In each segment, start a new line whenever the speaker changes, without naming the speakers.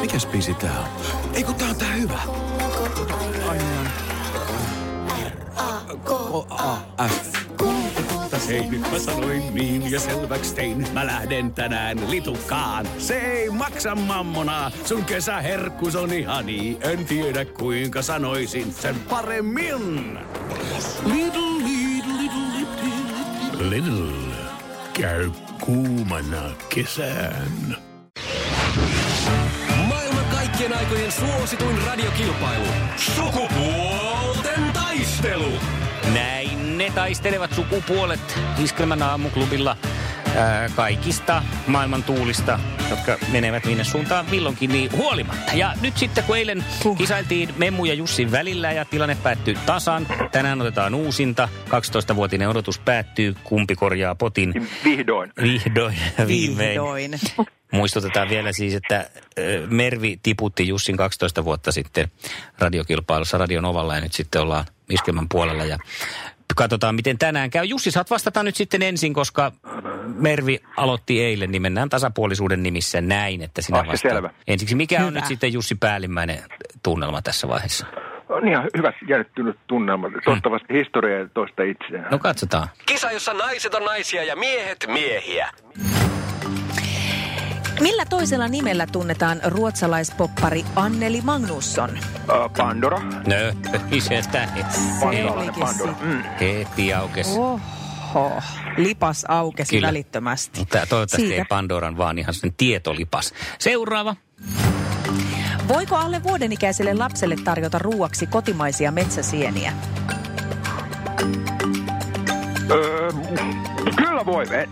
Mikäs biisi tää on? Ei kun tää on tää hyvä. K-A-F. Tein, mä sanoin niin ja selväks tein. Mä lähden tänään litukaan. Se ei maksa mammonaa. Sun kesäherkkus on ihani. En tiedä kuinka sanoisin sen paremmin. Little, little, little, little. Little. Käy kuumana kesään.
Maailman kaikkien aikojen suosituin radiokilpailu. Sukupuolten taistelu.
Näin ne taistelevat sukupuolet Iskelmän aamuklubilla ää, kaikista maailman tuulista, jotka menevät minne suuntaan milloinkin niin huolimatta. Ja nyt sitten kun eilen uh. kisailtiin Memmu ja Jussin välillä ja tilanne päättyy tasan, tänään otetaan uusinta. 12-vuotinen odotus päättyy, kumpi korjaa potin
Vihdoin.
vihdoin ja viimein.
Vihdoin.
Muistutetaan vielä siis, että ö, Mervi tiputti Jussin 12 vuotta sitten radiokilpailussa Radion Ovalla ja nyt sitten ollaan iskelmän puolella ja katsotaan miten tänään käy. Jussi, saat vastata nyt sitten ensin, koska Mervi aloitti eilen, niin mennään tasapuolisuuden nimissä näin, että sinä
Asia
vastaat.
selvä.
Ensiksi, mikä on
Hyvä.
nyt sitten Jussi päällimmäinen tunnelma tässä vaiheessa?
On ihan hyvät jännittynyt tunnelma. Toivottavasti historia ei toista itseään.
Hmm. No katsotaan.
Kisa, jossa naiset on naisia ja miehet miehiä.
Millä toisella nimellä tunnetaan ruotsalaispoppari Anneli Magnusson?
Ö, Pandora.
No, isestä
Pansalainen
Olikin
Pandora.
sit.
Mm.
heti aukesi.
Oh. Oho, lipas aukesi
Kyllä.
välittömästi.
Mutta toivottavasti
Siitä.
ei Pandoran, vaan ihan sen tietolipas. Seuraava.
Voiko alle vuodenikäiselle lapselle tarjota ruuaksi kotimaisia metsäsieniä?
Öö, kyllä voi. Eh,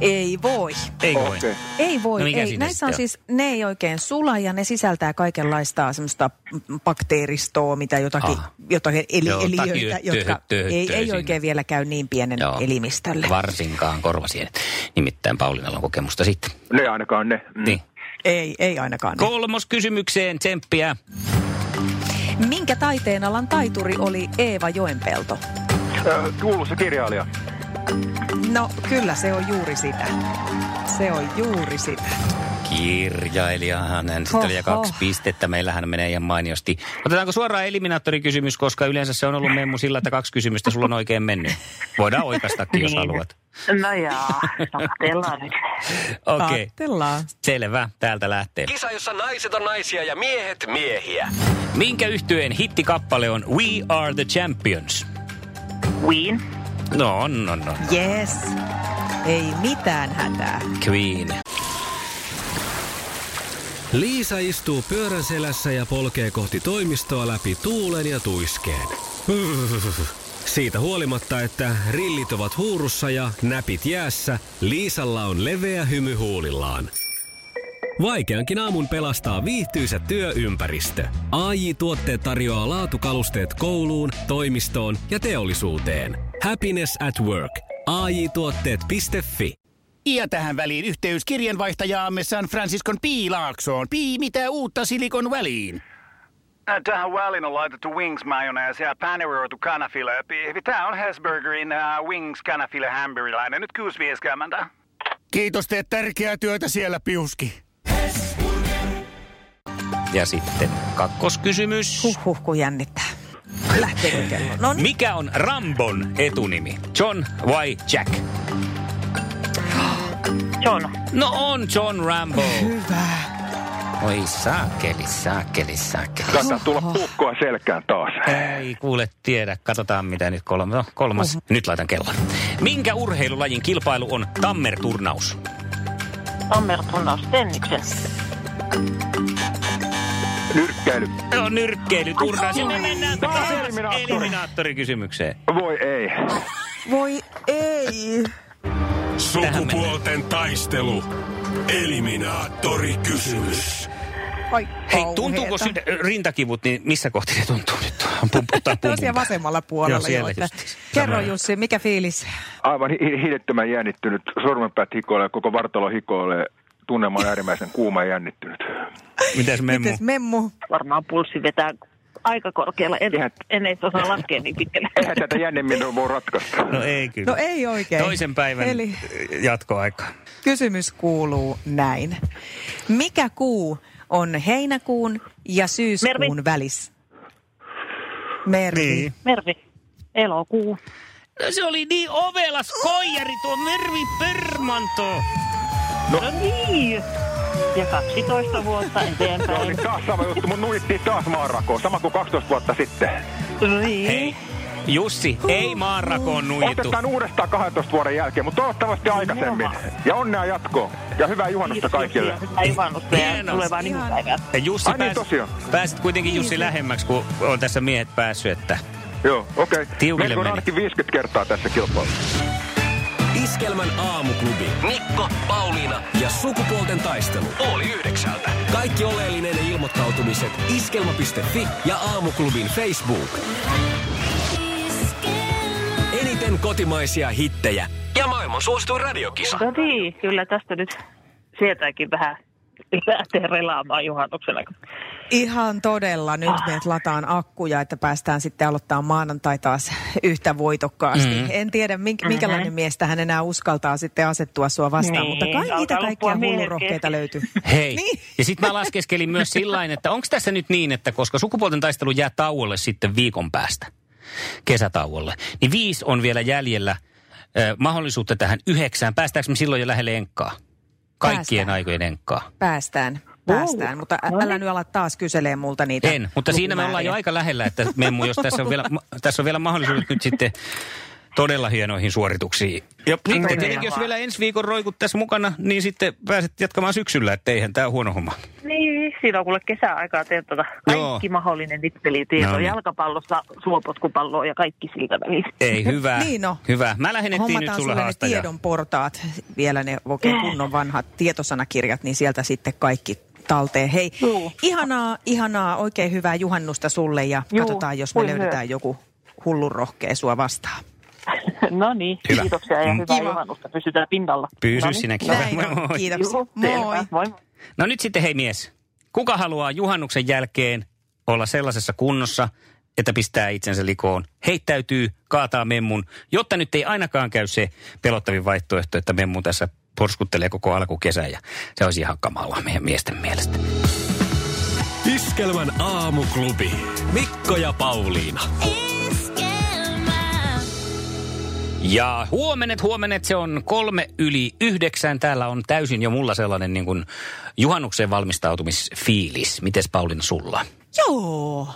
Ei voi.
Ei voi.
Okei.
Ei voi,
No mikä
ei.
siinä
Näissä on
sitten
siis, ne ei oikein sula ja ne sisältää kaikenlaista semmoista mm, bakteeristoa, mitä jotakin,
Ah.
jotakin eli,
Joo,
eliöitä,
takiöt-
jotka
töhöt- töhöt-
ei, ei
töisin.
oikein vielä käy niin pienen
Joo.
elimistölle.
Varsinkaan korvasienet. Nimittäin Paulinalla on kokemusta sitten.
Ne ainakaan ne. Mm.
Niin.
Ei, ei ainakaan. ne.
Kolmos kysymykseen, tsemppiä.
Minkä taiteenalan taituri oli Eeva Joenpelto?
Ö, Tuulussa kirjailija.
No kyllä se on juuri sitä. Se on juuri sitä.
Kirjailijahan hän sitten oli ja
Oho.
kaksi pistettä. Meillähän menee ihan mainiosti. Otetaanko suoraan eliminaattorikysymys, koska yleensä se on ollut memmu sillä, että kaksi kysymystä sulla on oikein mennyt. Voidaan oikaistakin, jos
Niin.
haluat.
No jaa, tapatellaan nyt.
Okei, okay.
Ajatellaan.
selvä. Täältä lähtee.
Kisa, jossa naiset on naisia ja miehet miehiä.
Minkä yhtyeen hittikappale on We Are The Champions?
Queen,
No, on, no, no.
Yes. Ei mitään hätää.
Queen.
Liisa istuu pyörän selässä ja polkee kohti toimistoa läpi tuulen ja tuiskeen. Siitä huolimatta, että rillit ovat huurussa ja näpit jäässä, Liisalla on leveä hymy huulillaan. Vaikeankin aamun pelastaa viihtyisä työympäristö. AI Tuotteet tarjoaa laatukalusteet kouluun, toimistoon ja teollisuuteen. Happiness at work. AJ Tuotteet.fi
Ja tähän väliin yhteys kirjanvaihtajaamme San Franciscon P. Laaksoon. P. Mitä uutta Silikon väliin?
Äh, Tähän väliin on laitettu wings mayonnaise ja paneroitu kanafila. Tämä on Hesburgerin uh, wings kanafila hamburilainen. Nyt kuusi vieskäämäntä.
Kiitos, teet tärkeää työtä siellä, Piuski.
Ja sitten kakkoskysymys.
Huh, huh, kun jännittää. Lähteekö kello? No niin.
Mikä on Rambon etunimi? John vai Jack?
John,
No on John Rambo. Hyvä. Oi saakeli, saakeli, saakeli.
Saattaa tulla puukkoa selkään taas.
Ei kuule tiedä. Katsotaan mitä nyt kolmas. No, kolmas.
Mm.
Nyt laitan kellon. Minkä urheilulajin kilpailu on Tammer-turnaus?
Tammer tunnaus Tenniksen.
Nyrkkäily.
Se on No, nyrkkeilyturnaus. Ja me mennään
Taas
taas
eliminaattori.
eliminaattorikysymykseen.
Voi ei.
Voi ei.
Sukupuolten taistelu. Eliminaattori kysymys.
Oi,
Hei,
kauheeta.
tuntuuko sydä, rintakivut, niin missä kohti ne tuntuu nyt? Pumputtaa
Se on siellä
pumputtaa.
vasemmalla puolella.
Joo, siellä
että-
just.
Kerro
Sama.
Jussi, mikä fiilis?
Aivan hi- hidettömän jännittynyt. Sormenpäät hikoilee, koko vartalo hikoilee. Tunnelma on äärimmäisen kuuma ja jännittynyt.
Mitäs Memmu?
Mites memmu?
Varmaan pulssi vetää aika korkealla. En, en edes osaa laskea niin pitkälle.
Eihän tätä jännemmin voi ratkaista.
No ei kyllä.
No ei oikein.
Toisen päivän
Eli
jatkoaika.
kysymys kuuluu näin. Mikä kuu on heinäkuun ja syyskuun
Mervi.
välissä? Mervi.
Niin.
Mervi, elokuu.
No se oli niin ovelas koijari tuo Mervi Permanto.
No niin. Ja 12 vuotta
No niin,
eteenpäin.
taas sama juttu. Mun nuittiin taas maanrakoon. Sama kuin 12 vuotta sitten.
Niin.
Hei, Jussi, ei maanrakoon nuitu.
Otetaan uudestaan 12 vuoden jälkeen, mutta toivottavasti aikaisemmin. Ja onnea jatkoon. Ja hyvää juhannusta kaikille.
Kiitos, Hyvää juhannusta ja
Hienosti.
tulevaa nimipäivää.
Ja Jussi,
Ai niin,
pääs,
tosiaan.
pääsit kuitenkin
Niin,
Jussi lähemmäksi, kun on tässä miehet päässyt, että...
Joo, okei. Okay.
Tiukille
Meillä on
meni.
ainakin 50 kertaa tässä kilpailussa.
Iskelmän aamuklubi. Mikko, Pauliina ja sukupuolten taistelu. Oli yhdeksältä. Kaikki oleellinen ilmoittautumiset iskelma.fi ja aamuklubin Facebook. Eniten kotimaisia hittejä ja maailman suosituin radiokisa.
No niin, kyllä tästä nyt sietääkin vähän lähteä relaamaan juhannuksena.
Ihan todella. Nyt me lataan akkuja, että päästään sitten aloittaa maanantai taas yhtä voitokkaasti.
Mm.
Mm-hmm. En tiedä, mink- minkälainen mm-hmm. mies tähän enää uskaltaa sitten asettua sua vastaan,
Niin,
mutta kai niitä
alkaa
kaikkia
loppua
hullurohkeita
miehet
löytyy.
Hei.
Niin.
Ja sitten mä laskeskelin myös sillain, että onko tässä nyt niin, että koska sukupuolten taistelu jää tauolle sitten viikon päästä, kesätauolle, niin viisi on vielä jäljellä eh, mahdollisuutta tähän yhdeksään. Päästäänkö me silloin jo lähelle enkkaa? Kaikkien
Päästään.
aikojen enkkaa.
Päästään, päästään, mutta
No
ä- älä
niin.
nyt ala taas kyselee multa niitä
En, mutta siinä me ollaan jo
lukumääriä.
aika lähellä, että memmu, jos tässä on vielä, ma- tässä on vielä mahdollisuudet nyt sitten todella hienoihin suorituksiin. Ja sitten tietenkin, jos vielä ensi viikon roikut tässä mukana, niin sitten pääset jatkamaan syksyllä, että eihän tämä huono homma.
Niin, siinä on kuule kesäaikaa teettata kaikki
Joo.
mahdollinen nippelitieto.
No
No,
niin.
jalkapallosta, suopotkupalloa ja kaikki siltä välissä.
Ei, hyvä.
Niin no.
Hyvä. Mä lähennettiin nyt
Hommataan
sulle
sulle ne
haastajaa.
tiedon portaat, vielä ne oikein kunnon vanhat tietosanakirjat, niin sieltä sitten kaikki talteen. Hei,
Juu.
ihanaa, ihanaa, oikein hyvää juhannusta sulle ja
Juu,
katsotaan, jos me
voi
löydetään
myös.
joku hullun rohkea sua vastaan.
no niin,
Hyvä.
kiitoksia ja
Mm.
hyvää
Kiva.
juhannusta. Pysytään pinnalla.
Pysy
No niin.
sinäkin.
Näin
Moi,
on,
moi.
kiitos.
Juu,
Moi.
selvä. Moi. moi.
No nyt sitten hei mies, kuka haluaa juhannuksen jälkeen olla sellaisessa kunnossa, että pistää itsensä likoon, heittäytyy, kaataa memmun, jotta nyt ei ainakaan käy se pelottavin vaihtoehto, että memmu tässä porskuttelee koko alkukesän ja se olisi ihan kamalaa meidän miesten mielestä.
Iskelmän aamuklubi.
Mikko ja Pauliina.
Ja huomenet, huomenet, se on kolme yli yhdeksän. Täällä on täysin jo mulla sellainen niin kuin juhannukseen valmistautumisfiilis. Mites Paulin sulla?
Joo,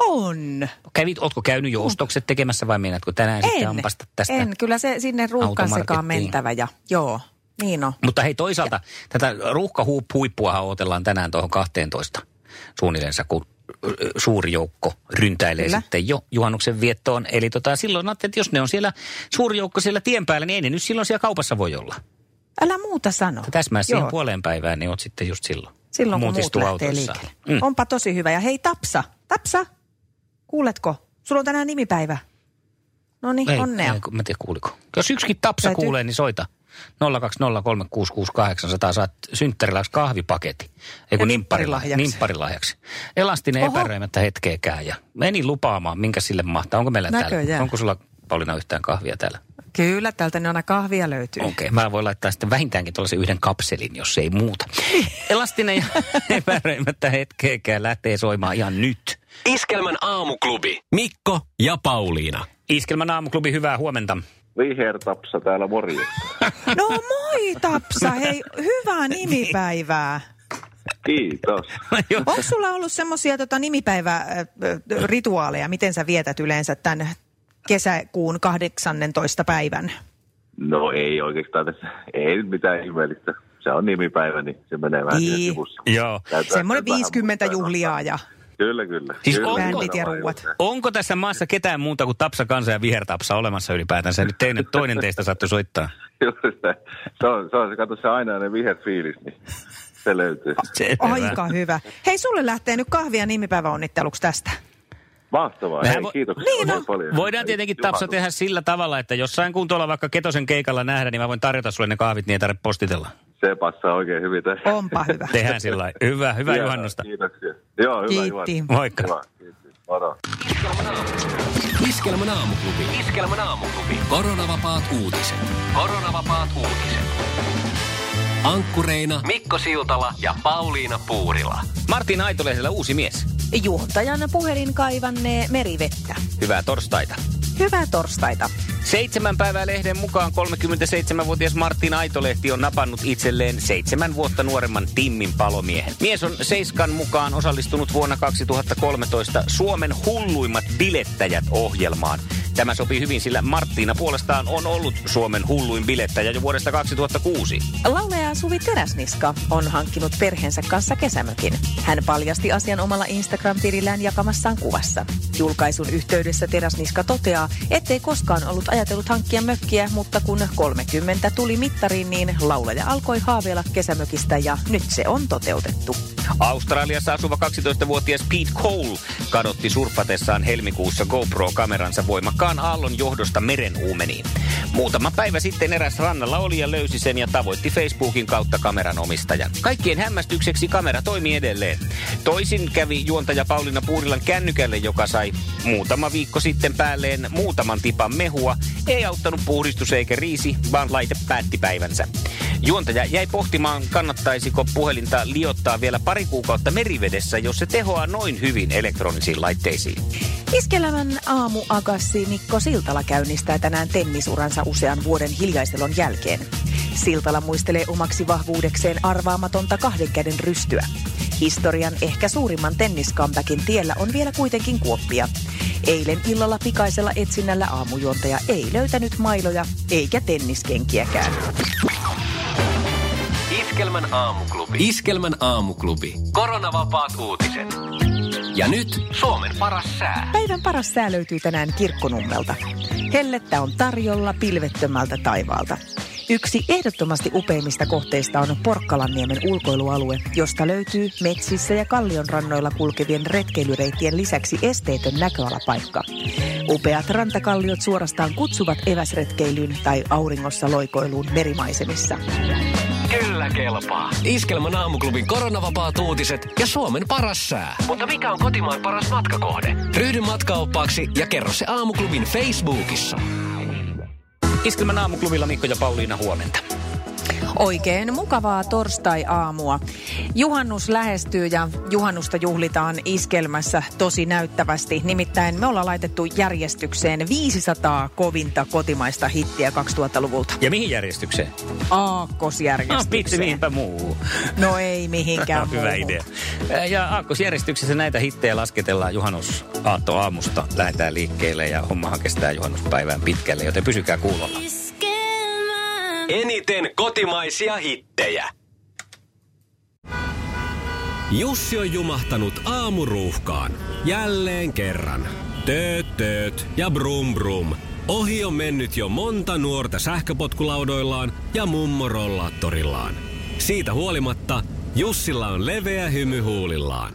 on.
Kävit, ootko käynyt jo ostokset tekemässä vai meinaatko tänään sitten ampasta tästä?
Mm. en, kyllä se sinne ruuhkan sekaan
automarkettiin?
mentävä ja joo, niin on.
Mutta hei toisaalta, tätä ruuhkahuippuahan odotellaan tänään tuohon 12 suunnilleensa, kun ö, ö, suuri joukko ryntäilee
Kyllä.
sitten jo juhannuksen viettoon. Eli tota, silloin ajattelin, että jos ne on siellä, suuri joukko siellä tien päällä, niin ei ne nyt silloin siellä kaupassa voi olla.
Älä muuta sano.
Täsmää siihen
Joo.
puoleen päivään, niin oot sitten just silloin.
Silloin kun muut
Muutistuu
lähtee
autoissaan.
liikkeelle. Mm. Onpa tosi hyvä. Ja hei Tapsa, Tapsa, kuuletko? Sulla on tänään nimipäivä. No
Ei,
niin, onnea.
Ei, kun- mä en tiedä kuuliko. Jos yksikin tapsa
Täytyy-
kuulee, niin soita. 020366800 saat synttärilaksi kahvipaketti. Ei
Ja
kun nimpparilahjaksi.
nimpparilahjaksi.
nimpparilahjaksi. Elastinen
Oho.
epäröimättä hetkeäkään ja meni lupaamaan, minkä sille mahtaa. Onko meillä täällä?
Näköjään.
Onko sulla Paulina yhtään kahvia täällä?
Kyllä, täältä ne aina kahvia löytyy.
Okei, okay, mä voin laittaa sitten vähintäänkin tuollaisen yhden kapselin, jos ei muuta. Elastinen ja epäröimättä hetkeäkään lähtee soimaan ihan nyt.
Iskelmän aamuklubi.
Mikko ja Pauliina. Iskelmän aamuklubi, hyvää huomenta.
Vihertapsa täällä morjesta.
No moi Tapsa, hei, hyvää nimipäivää.
Kiitos.
Onko sulla ollut semmoisia tota, nimipäivärituaaleja, miten sä vietät yleensä tämän kesäkuun 18. päivän?
No ei oikeastaan tässä, ei nyt mitään ihmeellistä. Se on nimipäivä, niin se menee vähän siinä
Niin.
sivussa.
Joo.
Täytyy
Semmoinen
vähän
50
muistaa. no.
juhlia ja
Kyllä, kyllä.
Siis
kyllä,
onko-
kyllä,
Bändit ja
varmaan
ruuat.
jotain.
Onko tässä maassa ketään muuta kuin Tapsa Kansa ja Vihertapsa olemassa ylipäätänsä? Nyt teinen, toinen teistä saattoi soittaa.
Just näin. se on, se on se, kato se ainainen viherfiilis, niin se löytyy.
aika hyvä. Hei, sulle lähtee nyt kahvia nimipäiväonnitteluksi tästä.
Mahtavaa,
Mehän
hei,
voi-
kiitoksia
Niin
oikein
on.
paljon.
Voidaan tietenkin Tapsa tehdä sillä tavalla, että jossain kun tuolla vaikka Ketosen keikalla nähdä, niin mä voin tarjota sulle ne kahvit, niin ei tarvitse postitella.
Se passaa oikein hyvin tässä.
Onpa hyvä.
Tehdään sillä lailla. Hyvä, hyvä
Hienoa,
Oh, juhannusta.
Kiitoksia. Joo, hyvä
Kiitti.
juhannusta.
Moikka.
Hyvä, kiitti. Moi. Moro.
Iskelmän aamuklubi. Iskelmän aamuklubi. Koronavapaat uutiset. Koronavapaat uutiset. Ankkureina Mikko Siltala ja Pauliina Puurila.
Martin Aitolehdelä uusi mies.
Juontajana puhelin kaivannee merivettä.
Hyvää torstaita.
Hyvää torstaita.
Seitsemän päivää lehden mukaan 37-vuotias Martin Aitolehti on napannut itselleen seitsemän vuotta nuoremman Timmin palomiehen. Mies on Seiskan mukaan osallistunut vuonna 2013 Suomen hulluimmat bilettäjät ohjelmaan. Tämä sopii hyvin, sillä Marttiina puolestaan on ollut Suomen hulluin bilettäjä jo vuodesta 2006.
Laulaja Suvi Teräsniska on hankkinut perheensä kanssa kesämökin. Hän paljasti asian omalla Instagram-tilillään jakamassaan kuvassa. Julkaisun yhteydessä Teräsniska toteaa, ettei koskaan ollut ajatellut hankkia mökkiä, mutta kun 30 tuli mittariin, niin laulaja alkoi haaveilla kesämökistä ja nyt se on toteutettu.
Australiassa asuva 12-vuotias Pete Cole kadotti surfatessaan helmikuussa GoPro-kameransa voimakkaan aallon johdosta meren uumeniin. Muutama päivä sitten eräs rannalla oli ja löysi sen ja tavoitti Facebookin kautta kameran omistajan. Kaikkien hämmästykseksi kamera toimi edelleen. Toisin kävi juontaja Pauliina Puurilan kännykälle, joka sai muutama viikko sitten päälleen muutaman tipan mehua. Ei auttanut puhdistus eikä riisi, vaan laite päätti päivänsä. Juontaja jäi pohtimaan, kannattaisiko puhelinta liottaa vielä pari kuukautta merivedessä, jos se tehoaa noin hyvin elektronisiin laitteisiin.
Iskelämän aamuagassi Mikko Siltala käynnistää tänään tennisuransa usean vuoden hiljaiselon jälkeen. Siltala muistelee omaksi vahvuudekseen arvaamatonta kahden käden rystyä. Historian ehkä suurimman tenniskampäkin tiellä on vielä kuitenkin kuoppia. Eilen illalla pikaisella etsinnällä aamujuontaja ei löytänyt mailoja eikä tenniskenkiäkään.
Iskelmän aamuklubi. Iskelmän aamuklubi. Koronavapaat uutiset. Ja nyt Suomen paras sää.
Päivän paras sää löytyy tänään kirkkonummelta. Hellettä on tarjolla pilvettömältä taivaalta. Yksi ehdottomasti upeimmista kohteista on Porkkalanniemen ulkoilualue, josta löytyy metsissä ja kallionrannoilla kulkevien retkeilyreittien lisäksi esteetön näköalapaikka. Upeat rantakalliot suorastaan kutsuvat eväsretkeilyyn tai auringossa loikoiluun merimaisemissa.
Kyllä kelpaa. Iskelmän aamuklubin koronavapaat uutiset ja Suomen paras sää. Mutta mikä on kotimaan paras matkakohde? Ryhdy matkaoppaaksi ja kerro se aamuklubin Facebookissa.
Iskelmän aamuklubilla Mikko ja Pauliina huomenta.
Oikein mukavaa torstai-aamua. Juhannus lähestyy ja juhannusta juhlitaan iskelmässä tosi näyttävästi. Nimittäin me ollaan laitettu järjestykseen 500 kovinta kotimaista hittiä 2000-luvulta.
Ja mihin järjestykseen? Ah, vitsi,
Aakkosjärjestykseen.
mihinpä muu.
No ei mihinkään
Hyvä
muuhun.
idea. Ja aakkosjärjestyksessä näitä hittejä lasketellaan juhannus aatto aamusta. Lähdetään liikkeelle ja hommahan kestää juhannuspäivään pitkälle, joten pysykää kuulolla.
Eniten kotimaisia hittejä.
Jussi on jumahtanut aamuruuhkaan. Jälleen kerran. Tööt, tööt ja brum brum. Ohi on mennyt jo monta nuorta sähköpotkulaudoillaan ja mummorollaattorillaan. Siitä huolimatta Jussilla on leveä hymy huulillaan.